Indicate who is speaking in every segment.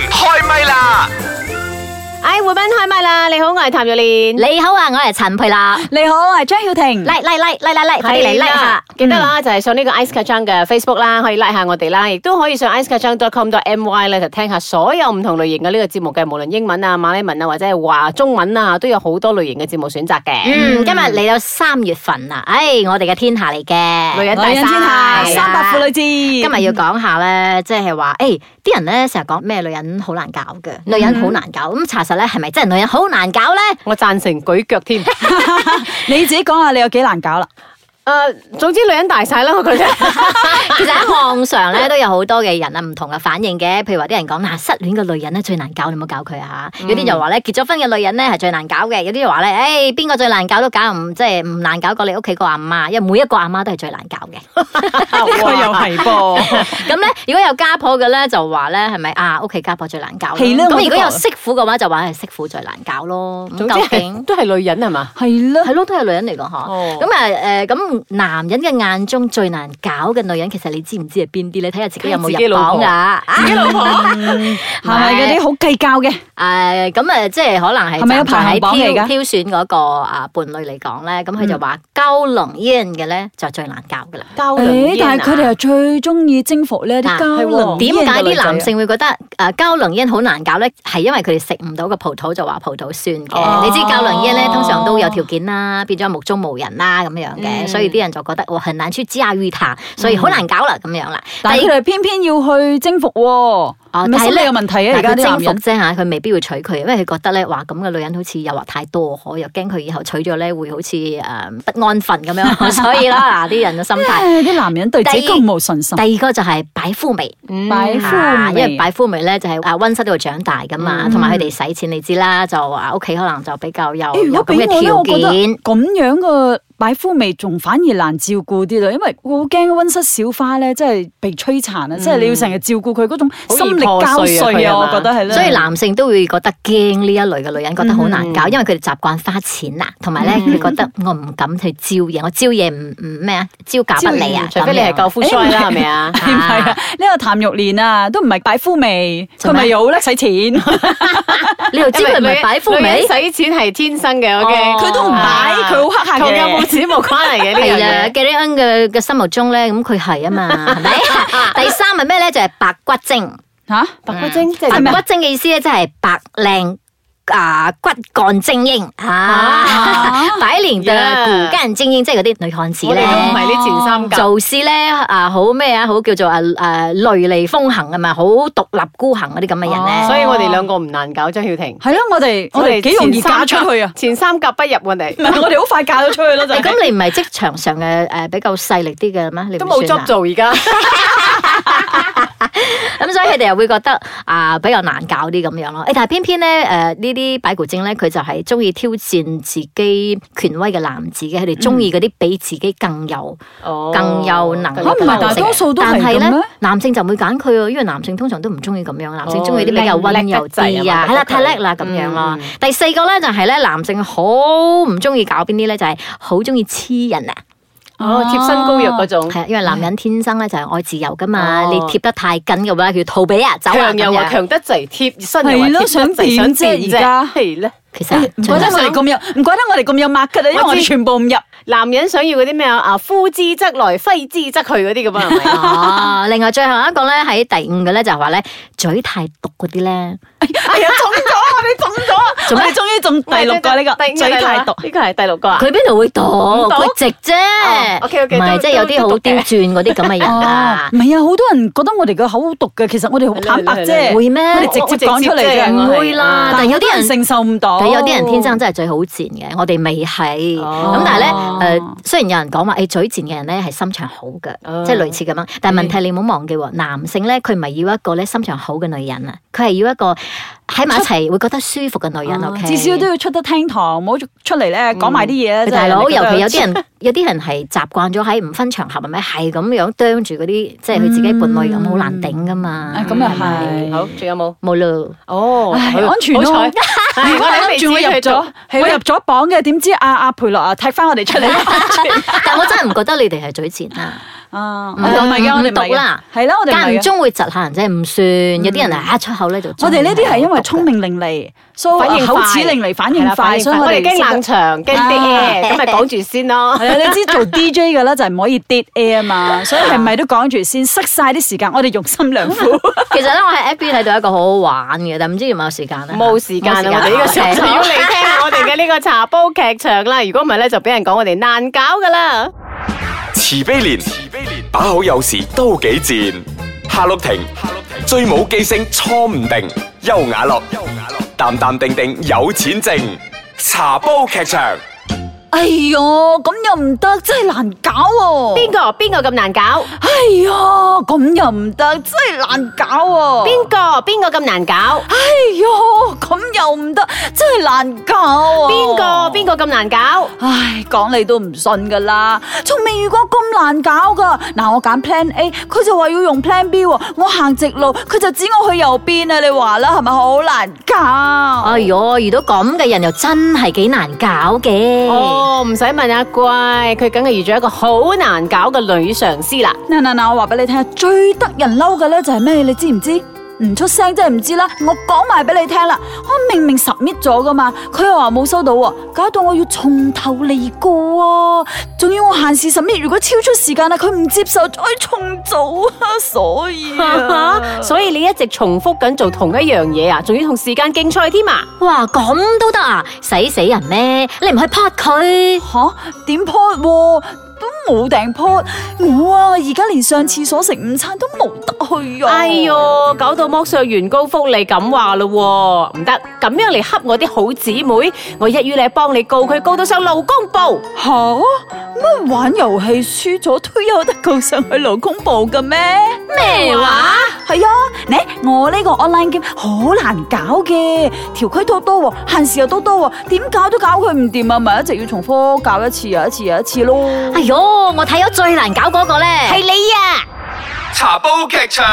Speaker 1: 咪啦！
Speaker 2: 哎，匯斌開唛啦！你好，我係譚玉蓮。
Speaker 3: 你好啊，我係陳佩樂。
Speaker 4: 你好，我係張曉婷。
Speaker 3: 嚟嚟嚟嚟嚟嚟，快啲嚟
Speaker 2: 嗯
Speaker 3: like
Speaker 2: 啦
Speaker 3: 下，，
Speaker 2: 記得啦，就係上呢個 Ice Kacang 嘅 Facebook 啦，可以 like 下我哋啦，亦都可以上 icekacang.com.my 咧就聽下所有唔同類型嘅呢個節目嘅，無論英文啊、馬來文啊或者係華中文啊，都有好多類型嘅節目選擇嘅。
Speaker 3: 嗯，今日嚟到三月份啦，唉，我哋嘅天下嚟
Speaker 2: 女
Speaker 3: 嘅。
Speaker 2: 人大
Speaker 4: 女人天下
Speaker 2: 晒
Speaker 3: 係啦
Speaker 4: 三八婦女節，
Speaker 3: 今日要講下咧，即係話，誒，啲人咧成日講咩女人好難搞嘅，
Speaker 2: 嗯
Speaker 3: 女人好難搞。咁查實咧，係咪真係女人好難搞 咧？
Speaker 2: 我贊成舉腳添。
Speaker 4: 你自己講下你有幾 難搞啦。
Speaker 2: 誒，總之女人大晒啦，我覺得。
Speaker 3: 其實喺網上咧都有好多嘅人啊，唔同嘅反應嘅。譬如話啲人講啊嗱，失戀嘅女人咧最難搞，你唔好搞佢啊！
Speaker 2: 嗯
Speaker 3: 有啲就話咧結咗婚嘅女人咧係最難搞嘅，有啲就話咧，誒邊個最難搞都搞唔即係唔難搞過你屋企個阿媽，因為每一個阿媽都係最難搞嘅。
Speaker 4: 呢個 又 係噃，
Speaker 3: 咁咧，如果有家婆嘅咧，就話咧係咪啊？屋企家婆最難搞咯。
Speaker 4: 係
Speaker 3: 咁
Speaker 4: 咯我都
Speaker 3: 如果
Speaker 4: 覺
Speaker 3: 有媳婦嘅話，就話係媳婦最難搞咯。咁
Speaker 2: 總之
Speaker 3: 究
Speaker 2: 係
Speaker 3: 竟
Speaker 2: 都係女人係嘛？
Speaker 4: 係咯。
Speaker 3: 係咯，都係女人嚟講嗬。
Speaker 2: 哦
Speaker 3: 咁啊誒，咁男人嘅眼中最難搞嘅女人，其實你知唔知係邊啲咧？睇下自己有冇
Speaker 2: 自己
Speaker 3: 入
Speaker 2: 老
Speaker 3: 榜
Speaker 2: 婆
Speaker 3: 㗎。啊
Speaker 2: 自己老婆。
Speaker 4: 係咪嗰啲好計較嘅？
Speaker 3: 誒咁誒，即係可能係
Speaker 4: 係咪
Speaker 3: 站在
Speaker 4: 有排
Speaker 3: 喺
Speaker 4: 行榜嚟
Speaker 3: 挑
Speaker 4: 㗎
Speaker 3: 挑選嗰個啊伴侶嚟講咧，咁佢
Speaker 2: 嗯
Speaker 3: 就話高能煙嘅咧就最難搞噶啦。
Speaker 2: 交
Speaker 4: 誒，
Speaker 2: à.
Speaker 4: 但係佢哋又最中意征服呢一
Speaker 3: 嗱
Speaker 4: 啲交
Speaker 2: 係喎
Speaker 4: 流。
Speaker 3: 啊點解啲
Speaker 4: 啊
Speaker 3: 男？性會覺得誒高能煙好難搞咧？係因為佢哋食唔到個葡萄就話葡萄酸
Speaker 2: 哦
Speaker 3: 嘅。你知高能煙咧通常都有條件啦，變咗目中無人啦咁樣嘅，
Speaker 2: 嗯
Speaker 3: 所以啲人就覺得我很難去駕馭他，所以好難搞啦咁樣啦。
Speaker 4: 但係
Speaker 3: 第
Speaker 4: 佢哋偏偏要去征服喎，係咪
Speaker 3: 但係
Speaker 4: 心
Speaker 3: 咧
Speaker 4: 理有問題啊？
Speaker 3: 但
Speaker 4: 而家
Speaker 3: 佢征
Speaker 4: 啲男
Speaker 3: 服
Speaker 4: 人
Speaker 3: 啫嚇，佢未必會娶佢，因為佢覺得咧，哇咁嘅女人好似誘惑太多，我又驚佢以後娶咗咧會好似誒、呃不安分咁 樣，所以啦嗱啲人嘅心態。
Speaker 4: 誒啲男人對自己
Speaker 3: 第二
Speaker 4: 咁冇信心，
Speaker 3: 第二個就係擺夫眉，
Speaker 2: Ừ.
Speaker 4: 擺
Speaker 3: 啊
Speaker 4: 夫
Speaker 3: 因為
Speaker 4: 味。
Speaker 3: 擺夫眉咧就係啊温室度長大噶嘛，
Speaker 4: 嗯
Speaker 3: 同埋佢哋使錢你知啦，就啊屋企可能就比較有
Speaker 4: 誒如
Speaker 3: 有
Speaker 4: 果
Speaker 3: 咁
Speaker 4: 俾
Speaker 3: 嘅
Speaker 4: 我咧，
Speaker 3: 條
Speaker 4: 我覺得
Speaker 3: 件。
Speaker 4: 咁樣嘅擺夫味仲反而難照顧啲啦，因為我好驚温室小花咧，真係被摧殘啊！即係你要成日照顧佢嗰種
Speaker 2: 好易
Speaker 4: 心力
Speaker 2: 破碎啊
Speaker 4: 交瘁
Speaker 2: 佢係
Speaker 4: 啊，
Speaker 2: 嘛
Speaker 4: 我覺得係咧。
Speaker 3: 所以男性都會覺得驚呢一類嘅女人，覺得好難搞，因為佢哋習慣花錢啦，同埋咧佢覺得我唔敢去招惹，我招惹唔唔咩啊，招架不理啊，
Speaker 2: 除非你係夠
Speaker 3: 咁樣
Speaker 2: 夫衰啦，係咪啊？
Speaker 4: 係咪啊？呢個譚玉蓮啊，都唔係擺夫味，佢咪又好叻使錢，佢
Speaker 3: 你又知佢唔係擺夫
Speaker 2: 女人
Speaker 3: 尾？
Speaker 2: 使錢係天生嘅，OK，À.
Speaker 3: 哦佢
Speaker 4: 都唔擺，佢好黑下
Speaker 2: 同有冇
Speaker 4: 嘅。
Speaker 2: 錢冇關係嘅呢樣
Speaker 3: 係啊
Speaker 2: 嘢。
Speaker 3: ，Gary N 嘅嘅心目中咧，咁佢係啊嘛，係咪？第三係咩咧？就係白骨精。
Speaker 4: 吓，
Speaker 2: 白骨精即係
Speaker 3: 白
Speaker 2: 點啊
Speaker 3: 骨精嘅意思咧，即係白靚啊骨幹精英 啊，白領嘅骨幹精英，即係嗰啲女漢子
Speaker 2: 我哋都唔
Speaker 3: 咧。
Speaker 2: 係呢前三甲。
Speaker 3: 做事咧啊，好咩啊，好叫做啊啊雷厲風行啊嘛，好獨立孤行嗰啲咁嘅人咧。
Speaker 2: 哦所以我哋兩個唔難搞張曉婷，
Speaker 4: 係咯，我哋我哋幾容易
Speaker 2: 前
Speaker 4: 嫁
Speaker 2: 三甲
Speaker 4: 出去啊！
Speaker 2: 前三甲不入我哋
Speaker 4: 唔，係，我哋好快嫁咗出去咯，就
Speaker 3: 誒
Speaker 4: 係。
Speaker 3: 咁你唔係職場上嘅誒比較勢力啲嘅咩？你唔
Speaker 2: 都冇
Speaker 3: 算啊
Speaker 2: job 做而家。
Speaker 3: 咁所以佢哋又會覺得啊、比較難搞啲咁樣咯。誒，但係偏偏咧誒呢啲擺骨精咧，佢就係中意挑戰自己權威嘅男子嘅，佢哋中意嗰啲比自己更有、
Speaker 2: 哦
Speaker 3: 更有能力
Speaker 4: 嚇唔係大多數都係咁
Speaker 3: 但
Speaker 4: 咩
Speaker 3: 係咧，男性就唔會揀佢喎，因為男性通常都唔中意咁樣，男性中意啲比較
Speaker 2: 哦
Speaker 3: 温柔
Speaker 2: 叻得
Speaker 3: 啲
Speaker 2: 滯啊
Speaker 3: 啊，係啦，太
Speaker 2: 覺得佢
Speaker 3: 叻啦咁樣咯
Speaker 2: 嗯。
Speaker 3: 第四個咧就係咧，男性好唔中意搞邊啲咧，就係好中意黐人啊。
Speaker 2: 哦，貼身膏藥嗰種，
Speaker 3: 係啊，因為男人天生咧就係愛自由噶嘛，
Speaker 2: 哦
Speaker 3: 你貼得太緊嘅話，佢逃避啊，走啊
Speaker 2: 強又話
Speaker 3: 咁樣。
Speaker 2: 強得滯，貼身又話
Speaker 4: 係
Speaker 2: 貼
Speaker 4: 咯
Speaker 2: 得滯，
Speaker 4: 想
Speaker 2: 想
Speaker 4: 點啫
Speaker 2: 變
Speaker 4: 而家
Speaker 2: 啫。係咧，
Speaker 3: 其
Speaker 4: 哎
Speaker 3: 實
Speaker 4: 唔
Speaker 3: 盡
Speaker 4: 怪得
Speaker 3: 量？
Speaker 4: 我哋咁有，唔怪得我哋咁有默契啦，因為
Speaker 2: 我
Speaker 4: 我
Speaker 2: 知
Speaker 4: 哋全部唔入。
Speaker 2: 男人想要嗰啲咩啊？啊，呼之則來，揮之則去嗰 啲咁啊，係咪
Speaker 3: 哦，另外最後一個咧喺第五個咧就係話咧嘴太毒嗰啲咧，
Speaker 4: 係啊，中咗啊，你中咗啊！我哋終於中第六個呢個
Speaker 2: 第五
Speaker 4: 嘴太毒，
Speaker 2: 呢個係第六個啊。
Speaker 3: 佢邊度會毒？
Speaker 2: 毒
Speaker 3: 佢直啫
Speaker 2: 哦，，OK，OK，
Speaker 3: 唔係
Speaker 2: 都
Speaker 3: 即係有啲
Speaker 2: 都
Speaker 3: 好
Speaker 2: 都毒
Speaker 3: 刁
Speaker 2: 嘅
Speaker 3: 鑽嗰啲咁嘅 人啊
Speaker 4: 唔。係啊，好多人覺得我哋嘅口好毒嘅，其實我哋好坦白
Speaker 2: 係啦係
Speaker 4: 啫，
Speaker 3: 啦會咩
Speaker 4: 我哋直接講出嚟
Speaker 2: 哦我直接啫
Speaker 4: 嘅，
Speaker 3: 唔會啦但係有啲人
Speaker 4: 好多承受唔到，
Speaker 3: 但有啲人天生真係嘴好賤嘅，我哋未係。
Speaker 2: 哦
Speaker 3: 咁但係
Speaker 4: 哦
Speaker 3: 咧，誒雖然有人講話誒嘴賤嘅人咧係心腸好嘅，
Speaker 2: 哦
Speaker 3: 即係類似咁樣。
Speaker 2: 嗯
Speaker 3: 但係問題你唔好忘記喎，男性咧佢唔係要一個咧心腸好嘅女人啊，佢係要一個喺埋一齊會覺得舒服嘅女
Speaker 2: 哦
Speaker 3: 人。O K，
Speaker 4: 啊至少都要出得廳堂，唔好出嚟咧講埋啲嘢。啊
Speaker 3: 大佬，尤其有啲
Speaker 4: 人
Speaker 3: 人，有啲人係習慣咗喺唔分場合，係咪係咁樣啄住嗰啲，即係佢自己伴侶咁，好難頂噶嘛。
Speaker 4: 啊咁又
Speaker 3: 係咪
Speaker 4: 係
Speaker 2: 好，仲有冇？
Speaker 3: 冇咯。
Speaker 2: 哦，
Speaker 4: 唉
Speaker 2: 好
Speaker 4: 安全咯
Speaker 2: 好彩係我哋未知
Speaker 4: 我入
Speaker 2: 佢做
Speaker 4: 咗，哦我入咗 榜嘅，點知阿阿培樂啊踢翻我哋出嚟？
Speaker 3: 但我真係唔覺得你哋係嘴賤啊！
Speaker 4: 啊，
Speaker 3: 唔
Speaker 4: 我哋唔係嘅，
Speaker 3: 唔
Speaker 4: 我哋唔係
Speaker 3: 讀啦
Speaker 4: 嘅，係 啦，我哋唔
Speaker 3: 間
Speaker 4: 係
Speaker 3: 唔
Speaker 4: 嘅。
Speaker 3: 中會窒下人啫，唔算。有啲人啊，出口咧就
Speaker 4: 我哋呢啲係因為聰明伶俐，所
Speaker 2: 反
Speaker 4: 以
Speaker 2: 應
Speaker 4: 口
Speaker 2: 快
Speaker 4: 齒伶俐，反
Speaker 2: 係
Speaker 4: 應
Speaker 2: 啦
Speaker 4: 快，
Speaker 2: 反應
Speaker 4: 所以我
Speaker 2: 我
Speaker 4: 哋
Speaker 2: 哋驚
Speaker 4: 識得
Speaker 2: 冷場，驚啲
Speaker 4: 啊
Speaker 2: air，咁咪講住先咯。
Speaker 4: 係啊，你知 做 DJ 嘅啦，就係唔可以 dead air 啊 嘛，所以係咪都講住先，塞晒啲時間，我哋用心良苦。
Speaker 3: 其實咧，我喺 FB 睇到一個好好玩嘅，但唔知有冇時間咧？啊
Speaker 2: 冇時
Speaker 4: 啊
Speaker 2: 間啦，啊我哋呢個時 候就要嚟聽我哋嘅呢個茶煲劇場啦。如果唔係咧，就俾人講我哋難搞噶啦。
Speaker 4: 哦
Speaker 1: 慈悲蓮，慈悲蓮，把口有時都幾賤。夏綠庭，夏綠庭，最冇記性錯唔定。優雅樂，優雅樂，淡淡定定有錢剩。茶煲劇場，
Speaker 4: 哎喲，咁又唔得，真係難搞喎。
Speaker 2: 邊個邊個咁難搞？
Speaker 4: 哎呀，咁又唔得，真係難搞喎。
Speaker 2: 邊個邊個咁難搞？
Speaker 4: 哎喲，咁又唔得，真係難搞啊！
Speaker 2: 邊個邊個咁難搞？
Speaker 4: 唉，講你都唔信噶啦，從未遇過咁難搞噶。嗱，我揀 Plan A，佢就話要用 Plan B 喎。我行直路，佢就指我去右邊啊！你話啦，係咪好難搞？
Speaker 3: 哎呦，遇到咁嘅人又真係幾難搞
Speaker 4: 嗯
Speaker 3: 嘅。
Speaker 2: 哦，唔使問阿貴，佢梗係遇咗一個好難搞嘅女上司啦。
Speaker 4: 嗱嗱嗱，我話俾你聽啊，最得人嬲嘅咧就係咩？你知唔知？唔出聲真係唔知啦，我講埋俾你聽啦，我明明 submit 咗噶嘛，佢又話冇收到喎，搞到我要從頭嚟過啊！仲要我限時 submit，如果超出時間啦，啊佢唔接受再重做啊，所 以啊
Speaker 2: 所以你一直重複緊做同一樣嘢啊，仲要同時間競賽添啊！
Speaker 3: 哇，咁都得啊？使死人咩？你唔去拍佢？
Speaker 4: 吓點 pot 喎都冇訂 pot，我啊而家連上廁所食午餐都冇得去啊！
Speaker 2: 哎喲，搞到剝削員工福利咁話咯喎，唔得，咁樣嚟恰我啲好姊妹，我一於你幫你告佢，告到上勞工部。
Speaker 4: 吓乜玩遊戲輸咗都有得告上去勞工部嘅咩？
Speaker 3: 咩話？
Speaker 4: 係啊，你我呢個 online game 好難搞嘅，條規都多喎，限時又都多喎，點搞都搞佢唔掂啊，咪一直要重科教一次又一次又一次咯。
Speaker 3: 哎呦，我睇咗最難搞嗰個咧，係你啊！
Speaker 1: 茶煲劇場。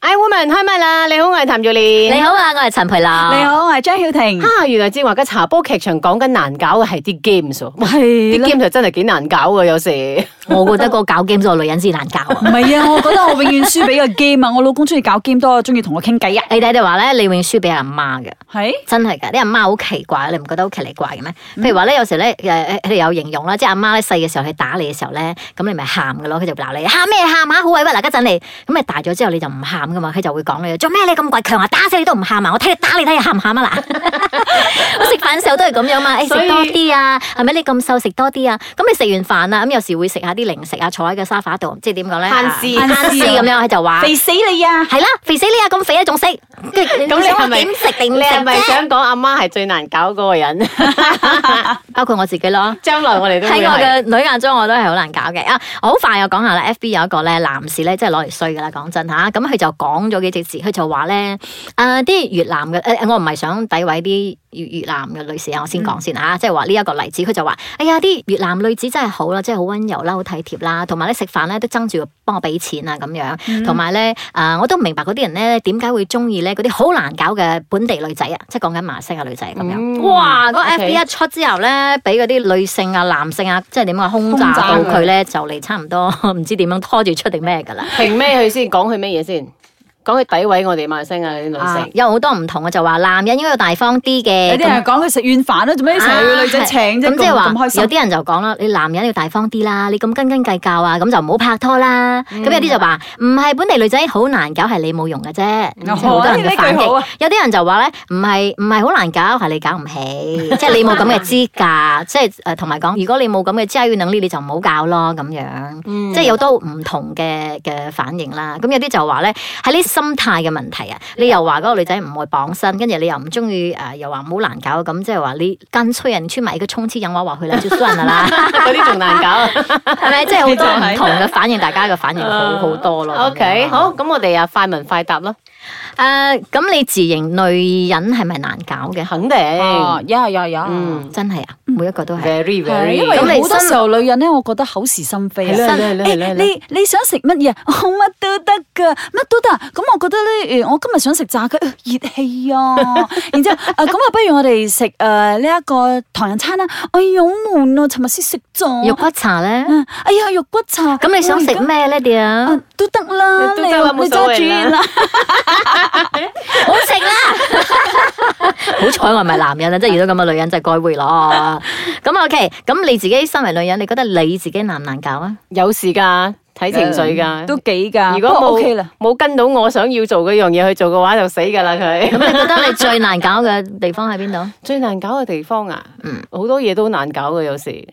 Speaker 2: 哎，woman 開唛啦！你好，我係譚玉蓮。
Speaker 3: 你好啊，我係陳培娜。
Speaker 4: 你好，我係張曉婷。
Speaker 2: 啊，原來正話嘅茶煲劇場講緊難搞嘅係啲 games 喎。哇
Speaker 4: 係
Speaker 2: 啲
Speaker 4: 啦
Speaker 2: game 就真係幾難搞嘅，有時。
Speaker 3: 我覺得個搞 game 個女人先難搞啊。
Speaker 4: 唔係啊，我覺得我永遠輸俾個 game 啊，我老公中意搞 game 多，中意同我傾偈啊。
Speaker 3: 你睇你話咧，你永遠輸俾阿媽嘅。
Speaker 4: 係
Speaker 3: 真係㗎，啲阿媽好奇怪，你唔覺得好奇離怪嘅咩？
Speaker 2: 嗯
Speaker 3: 譬如話咧，有時咧，誒佢哋有形容啦，即係阿媽咧細嘅時候佢打你嘅時候咧，咁你咪喊嘅咯，佢就鬧你喊咩喊啊，好委屈嗱，家陣你咁你大咗之後你就唔喊噶嘛，佢就會講你做咩你咁鬼強啊，打死你都唔喊啊，我睇你打你睇你喊唔喊 啊嗱，我食飯嘅時候都係咁樣嘛，誒
Speaker 2: 所以
Speaker 3: 食多啲啊，係咪你咁瘦食多啲啊？咁你食完飯啊，咁有時會食下啲零食啊，坐喺個沙發度，即係點講咧？
Speaker 2: 慳
Speaker 3: 啊
Speaker 2: 事
Speaker 3: 慳事咁樣，佢就話。
Speaker 4: 肥死你啊！
Speaker 3: 係啦，肥死你啊！咁肥啊，仲食，跟住你
Speaker 2: 咁你係
Speaker 3: 想
Speaker 2: 咪
Speaker 3: 點食定唔
Speaker 2: 你
Speaker 3: 食
Speaker 2: 係咪
Speaker 3: 啫
Speaker 2: 想講阿媽係最難搞嗰個人？
Speaker 3: 包括我自己咯。
Speaker 2: 將來我哋都
Speaker 3: 喺
Speaker 2: 會
Speaker 3: 我
Speaker 2: 係。
Speaker 3: 嘅女眼中，我都係好難搞嘅啊！我好快又講下啦，FB 有一個咧男士咧，即係攞嚟衰噶啦，講真吓，咁佢就講咗幾隻字，佢就話咧，誒啲越南嘅誒，我唔係想詆毀啲越越南嘅女士啊，我先
Speaker 2: 嗯
Speaker 3: 講先吓，即係話呢一個例子，佢就話，哎呀啲越南女子真係好啦，即係好温柔啦，好體貼啦，同埋咧食飯咧都爭住幫我俾錢啊咁
Speaker 2: 嗯
Speaker 3: 樣，同埋咧誒我都唔明白嗰啲人咧點解會中意咧嗰啲好難搞嘅本地女仔啊，即係講緊馬來西亞女仔咁樣。
Speaker 2: 嗯
Speaker 3: 哇！嗰個
Speaker 2: OK
Speaker 3: FB 一出之後咧，俾嗰啲女性啊、男性啊，即係點講轟炸到佢咧，就嚟差唔多 唔知點樣拖住出定咩㗎啦。
Speaker 2: 評咩佢先？講佢咩嘢先？講佢詆毀我哋馬來西亞嗰啲女
Speaker 3: 啊
Speaker 2: 性。
Speaker 3: 有好多唔同嘅就話男人應該要大方啲嘅。
Speaker 4: 有啲人講佢食軟飯啦，啊做咩成日要女仔請啫？
Speaker 3: 咁即係
Speaker 4: 咁
Speaker 3: 話
Speaker 4: 咁開心
Speaker 3: 有。啲人就講啦，你男人要大方啲啦，你咁斤斤計較啊，咁就唔好拍拖啦。咁、有啲就話唔係本地女仔好難搞，係你冇用嘅啫。即係好多人嘅反
Speaker 4: 嗯呢句好
Speaker 3: 應
Speaker 4: 啊。
Speaker 3: 有啲人就話咧，唔係唔係好難搞，係你搞唔起，即係你冇咁嘅資格。即係誒，同埋講，如果你冇咁嘅資格能力，你就唔好搞咯咁樣。
Speaker 2: 嗯
Speaker 3: 即係 有多唔同嘅嘅反應啦。咁有啲就話咧，係你心態嘅問題啊。你又話嗰個女仔唔會綁身，跟住你又唔中意誒，又話唔好難搞，咁即係話你跟催人出埋一個衝刺引話話去啦，就算啦 啊啦，
Speaker 2: 嗰啲仲難搞啊！
Speaker 3: 係咪？即係好多唔
Speaker 4: 你就
Speaker 3: 同嘅反應，大家嘅反 應好好多咯。
Speaker 2: O K，好，咁我哋啊快問快答啦，
Speaker 3: 誒，咁你自認女人係咪難搞嘅？
Speaker 2: 肯定，
Speaker 4: 哦，呀呀呀，
Speaker 2: 嗯
Speaker 3: 真係啊，每一個都係。
Speaker 2: ，very
Speaker 4: 係
Speaker 2: very，
Speaker 4: 因為
Speaker 3: 咁你
Speaker 4: 好多
Speaker 3: 身
Speaker 4: 時候女人咧，我覺得口是心非
Speaker 2: 係
Speaker 4: 啊。
Speaker 2: 啦係啦係啦
Speaker 4: 誒
Speaker 2: 係啦
Speaker 4: 你你想食乜嘢？我乜都得噶，乜都得。咁我覺得咧，誒我今日想食炸雞，呃熱氣啊！然之後，誒咁啊，不如我哋食誒呢一個唐人餐啦。哎呀，好悶啊！尋日先食
Speaker 3: 肉
Speaker 4: 咗。
Speaker 3: 骨茶咧，
Speaker 4: 嗯哎呀，肉骨茶。
Speaker 3: 咁你想食
Speaker 4: 我而家？
Speaker 3: 咩咧？啲
Speaker 2: 嗯
Speaker 3: 啊
Speaker 4: 啊，都得啦，
Speaker 2: 都
Speaker 4: 你
Speaker 2: 得啦冇
Speaker 4: 你
Speaker 2: 所
Speaker 4: 揸
Speaker 2: 謂啦
Speaker 4: 主意啦。
Speaker 3: 好食啦！ 好彩我唔係男人啊啦，即係遇到咁嘅女人就該會咯。咁 OK，咁你自己身為女人，你覺得你自己難唔難搞啊？
Speaker 2: 有事噶，睇情緒噶。
Speaker 4: 嗯都幾㗎。
Speaker 2: 如果
Speaker 4: 不過
Speaker 2: 冇
Speaker 4: OK 啦，
Speaker 2: 冇跟到我想要做嗰樣嘢去做嘅話，就死噶啦佢。
Speaker 4: 啊
Speaker 3: 咁你覺得你最難搞嘅地方喺邊度？
Speaker 2: 最難搞嘅地方啊，
Speaker 3: 嗯
Speaker 2: 好多嘢都難搞嘅有時。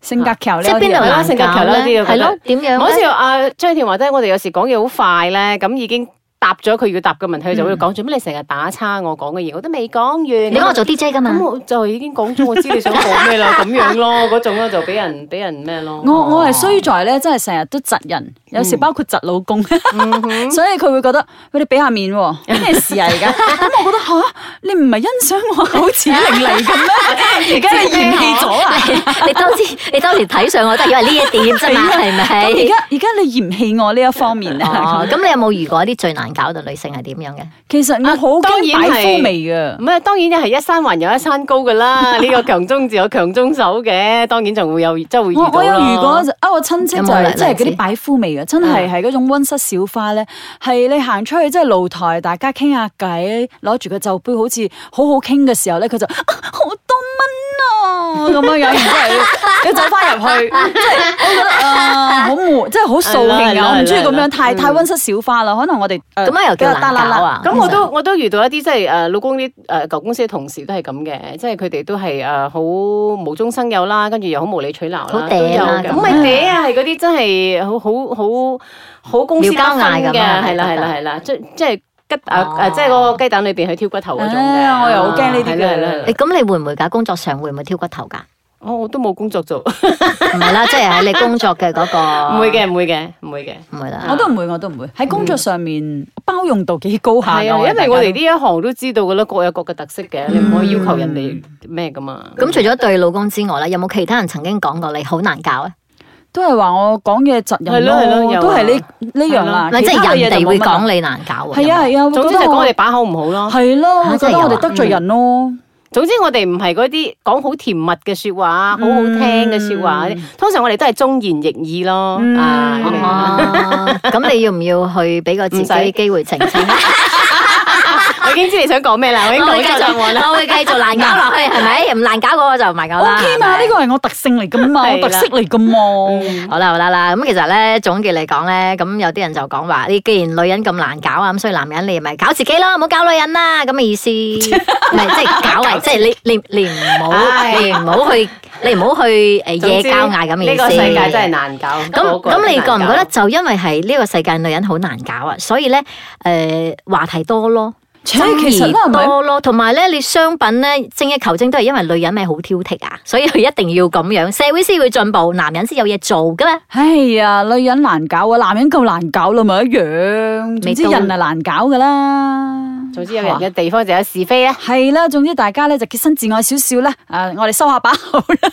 Speaker 4: 性格強呢
Speaker 3: 即係邊
Speaker 4: 啲
Speaker 3: 度
Speaker 4: 人
Speaker 2: 啦
Speaker 3: 難
Speaker 2: 性格
Speaker 3: 搞
Speaker 2: 強啦啲
Speaker 3: 咧？
Speaker 2: 我覺
Speaker 3: 係
Speaker 2: 得
Speaker 3: 咯，點樣
Speaker 2: 好似
Speaker 3: 咧？
Speaker 2: 阿張田話齋，我哋有時講嘢好快咧，咁已經答咗佢要答嘅問題，佢
Speaker 4: 嗯
Speaker 2: 就會講做咩你成日打叉我講嘅嘢，我都未講完。
Speaker 3: 你講我做 DJ 啊噶嘛？
Speaker 2: 咁我就已經講咗，我知你想講咩啦，咁樣咯，嗰種咯就俾人俾人咩咯。哦
Speaker 4: 我我係衰在咧，真係成日都窒人，有
Speaker 2: 嗯
Speaker 4: 時包括窒老公， 所以佢會覺得喂你俾下面 喎，咩事啊而家？咁我覺得吓，你唔係欣賞我口齒伶俐嘅 咩？而家你嫌棄咗啊？
Speaker 3: 你當時你當時睇上我都係因為呢一點啫嘛，係
Speaker 4: 而
Speaker 3: 咪？
Speaker 4: 家而家你嫌棄我呢一方面啊
Speaker 3: 哦，？咁你有冇遇過一啲最難搞嘅女性係點樣嘅？
Speaker 4: 其實我好
Speaker 2: 啊當
Speaker 4: 驚
Speaker 2: 然
Speaker 4: 擺
Speaker 2: 係
Speaker 4: 夫味啊嘅
Speaker 2: 唔。係，當然係一山還有一山高噶啦。呢個強中自有強中手嘅，當然仲會有，即係會遇
Speaker 4: 我
Speaker 2: 到
Speaker 4: 我有遇過
Speaker 2: 啦。
Speaker 4: 啊，我親戚就
Speaker 3: 有冇例
Speaker 4: 係
Speaker 3: 例
Speaker 4: 即係嗰
Speaker 3: 子
Speaker 4: 啲擺夫味嘅，啊真
Speaker 2: 嗯
Speaker 4: 係係嗰種温室小花咧，係你行出去即係露台，大家傾下偈，攞住個酒杯，好似好好傾嘅時候咧，佢就啊好多蚊啊咁樣 樣，然之後你走翻入去，即係我覺得啊好悶，即係好
Speaker 2: 係
Speaker 4: 掃
Speaker 2: 啦
Speaker 4: 興啊！我唔中
Speaker 2: 係
Speaker 4: 意
Speaker 2: 啦
Speaker 4: 咁
Speaker 2: 係啦嗯
Speaker 4: 樣太太温室小花啦，可能我哋呃
Speaker 3: 咁樣又叫難搞啊？
Speaker 2: 咁我都我都遇到一啲即係誒老公啲誒舊公司嘅同事都係咁嘅，即係佢哋都係誒好無中生有啦，跟住又好無理取鬧啦，
Speaker 3: 好
Speaker 2: 都有
Speaker 3: 嗲啦
Speaker 2: 嘅
Speaker 3: 咁
Speaker 2: 唔係嗲啊，係嗰啲真係好好好好公司不分
Speaker 3: 撩交嗌
Speaker 2: 嘅，
Speaker 3: 咁啊
Speaker 2: 係啦係
Speaker 3: 覺得
Speaker 2: 啦係啦，即即係吉
Speaker 3: 哦
Speaker 2: 誒誒，即係嗰個雞蛋裏邊去挑骨頭嗰種嘅。
Speaker 4: 唉我又好驚呢啲
Speaker 2: 係啦
Speaker 4: 嘅
Speaker 2: 係啦係啦哦
Speaker 3: 誒咁你會唔會㗎？工作上會唔會挑骨頭㗎？
Speaker 2: 我我都冇工作做，唔
Speaker 3: 唔係啦，即係喺你工作嘅嗰個。
Speaker 2: 會， 嘅唔會嘅唔會嘅。
Speaker 3: 唔會啦。
Speaker 4: 我都唔會，我都唔會喺工作上面包容度幾高下㗎
Speaker 2: 嗯係啊，
Speaker 4: 我
Speaker 2: 因
Speaker 4: 大
Speaker 2: 為
Speaker 4: 家
Speaker 2: 我
Speaker 4: 都
Speaker 2: 哋呢一行都知道噶啦，各有各嘅特色嘅，你唔可以要求人哋咩噶嘛。
Speaker 3: 咁除咗對老公之外咧，有冇其他人曾經講過你好難搞咧？
Speaker 4: 都係話我講嘢窒人
Speaker 2: 係咯係咯
Speaker 4: 咯，
Speaker 2: 有啊
Speaker 4: 都係呢呢樣啦
Speaker 3: 唔。係即
Speaker 4: 其他嘅
Speaker 3: 係
Speaker 4: 嘢
Speaker 3: 人
Speaker 4: 就
Speaker 3: 哋會
Speaker 4: 冇乜啦
Speaker 3: 講你難搞喎。
Speaker 4: 係啊係
Speaker 2: 總
Speaker 4: 啊，會
Speaker 2: 之
Speaker 4: 覺
Speaker 2: 就
Speaker 4: 得
Speaker 2: 講
Speaker 4: 我
Speaker 2: 我哋把口唔好咯。
Speaker 4: 係
Speaker 3: 嚇
Speaker 4: 咯，我覺
Speaker 3: 真
Speaker 4: 得
Speaker 3: 係有啊
Speaker 4: 我哋得罪人咯。
Speaker 2: 總之我哋唔係嗰啲講好甜蜜嘅説
Speaker 3: 嗯
Speaker 2: 話，好好聽嘅説話。通常我哋都係忠言逆耳咯。
Speaker 4: 嗯
Speaker 2: 啊，你明唔明 啊
Speaker 3: 哦，咁你要唔要去俾個自
Speaker 2: 唔使
Speaker 3: 己機會澄清？
Speaker 2: 我已經知你想講咩啦，我已經講
Speaker 3: 我會繼
Speaker 2: 咗答案
Speaker 3: 續，
Speaker 2: 啦。
Speaker 3: 我會繼續難搞落去，係咪？唔難搞嗰個就唔係我
Speaker 4: O
Speaker 3: 啦。
Speaker 4: K 嘛，呢個係我特性嚟噶嘛，
Speaker 2: 係啦嗯
Speaker 4: 我特色嚟噶嘛。
Speaker 3: 好啦好啦啦，咁其實咧總結嚟講咧，咁有啲人就講話，你既然女人咁難搞啊，咁所以男人你咪搞自己咯，唔好搞女人啦，咁嘅意思，唔係即係搞啊，即係你你你唔好
Speaker 2: 唉
Speaker 3: 你唔好去你唔好去誒
Speaker 2: 總
Speaker 3: 夜
Speaker 2: 之
Speaker 3: 交嗌咁嘅意思。
Speaker 2: 呢個世界真係難搞。
Speaker 3: 咁
Speaker 2: 個個
Speaker 3: 咁，你覺
Speaker 2: 都
Speaker 3: 唔
Speaker 2: 難
Speaker 3: 覺
Speaker 2: 搞
Speaker 3: 得就因為係呢個世界女人好難搞啊，所以咧誒話題多咯，
Speaker 4: 切其實
Speaker 3: 爭
Speaker 4: 咧係
Speaker 3: 議
Speaker 4: 咪？
Speaker 3: 多咯，同埋咧你商品咧精益求精都係因為女人咪好挑剔啊，所以佢一定要咁樣，社會先會進步，男人先有嘢做噶嘛。
Speaker 4: 哎呀，女人難搞啊，男人夠難搞啦，咪一樣。總之
Speaker 3: 未到
Speaker 4: 人係難搞噶啦。
Speaker 2: 總之有人嘅地方就有是非咧。
Speaker 4: 係啦，總之大家咧就潔身自愛少少啦。啊，我哋收下把口啦。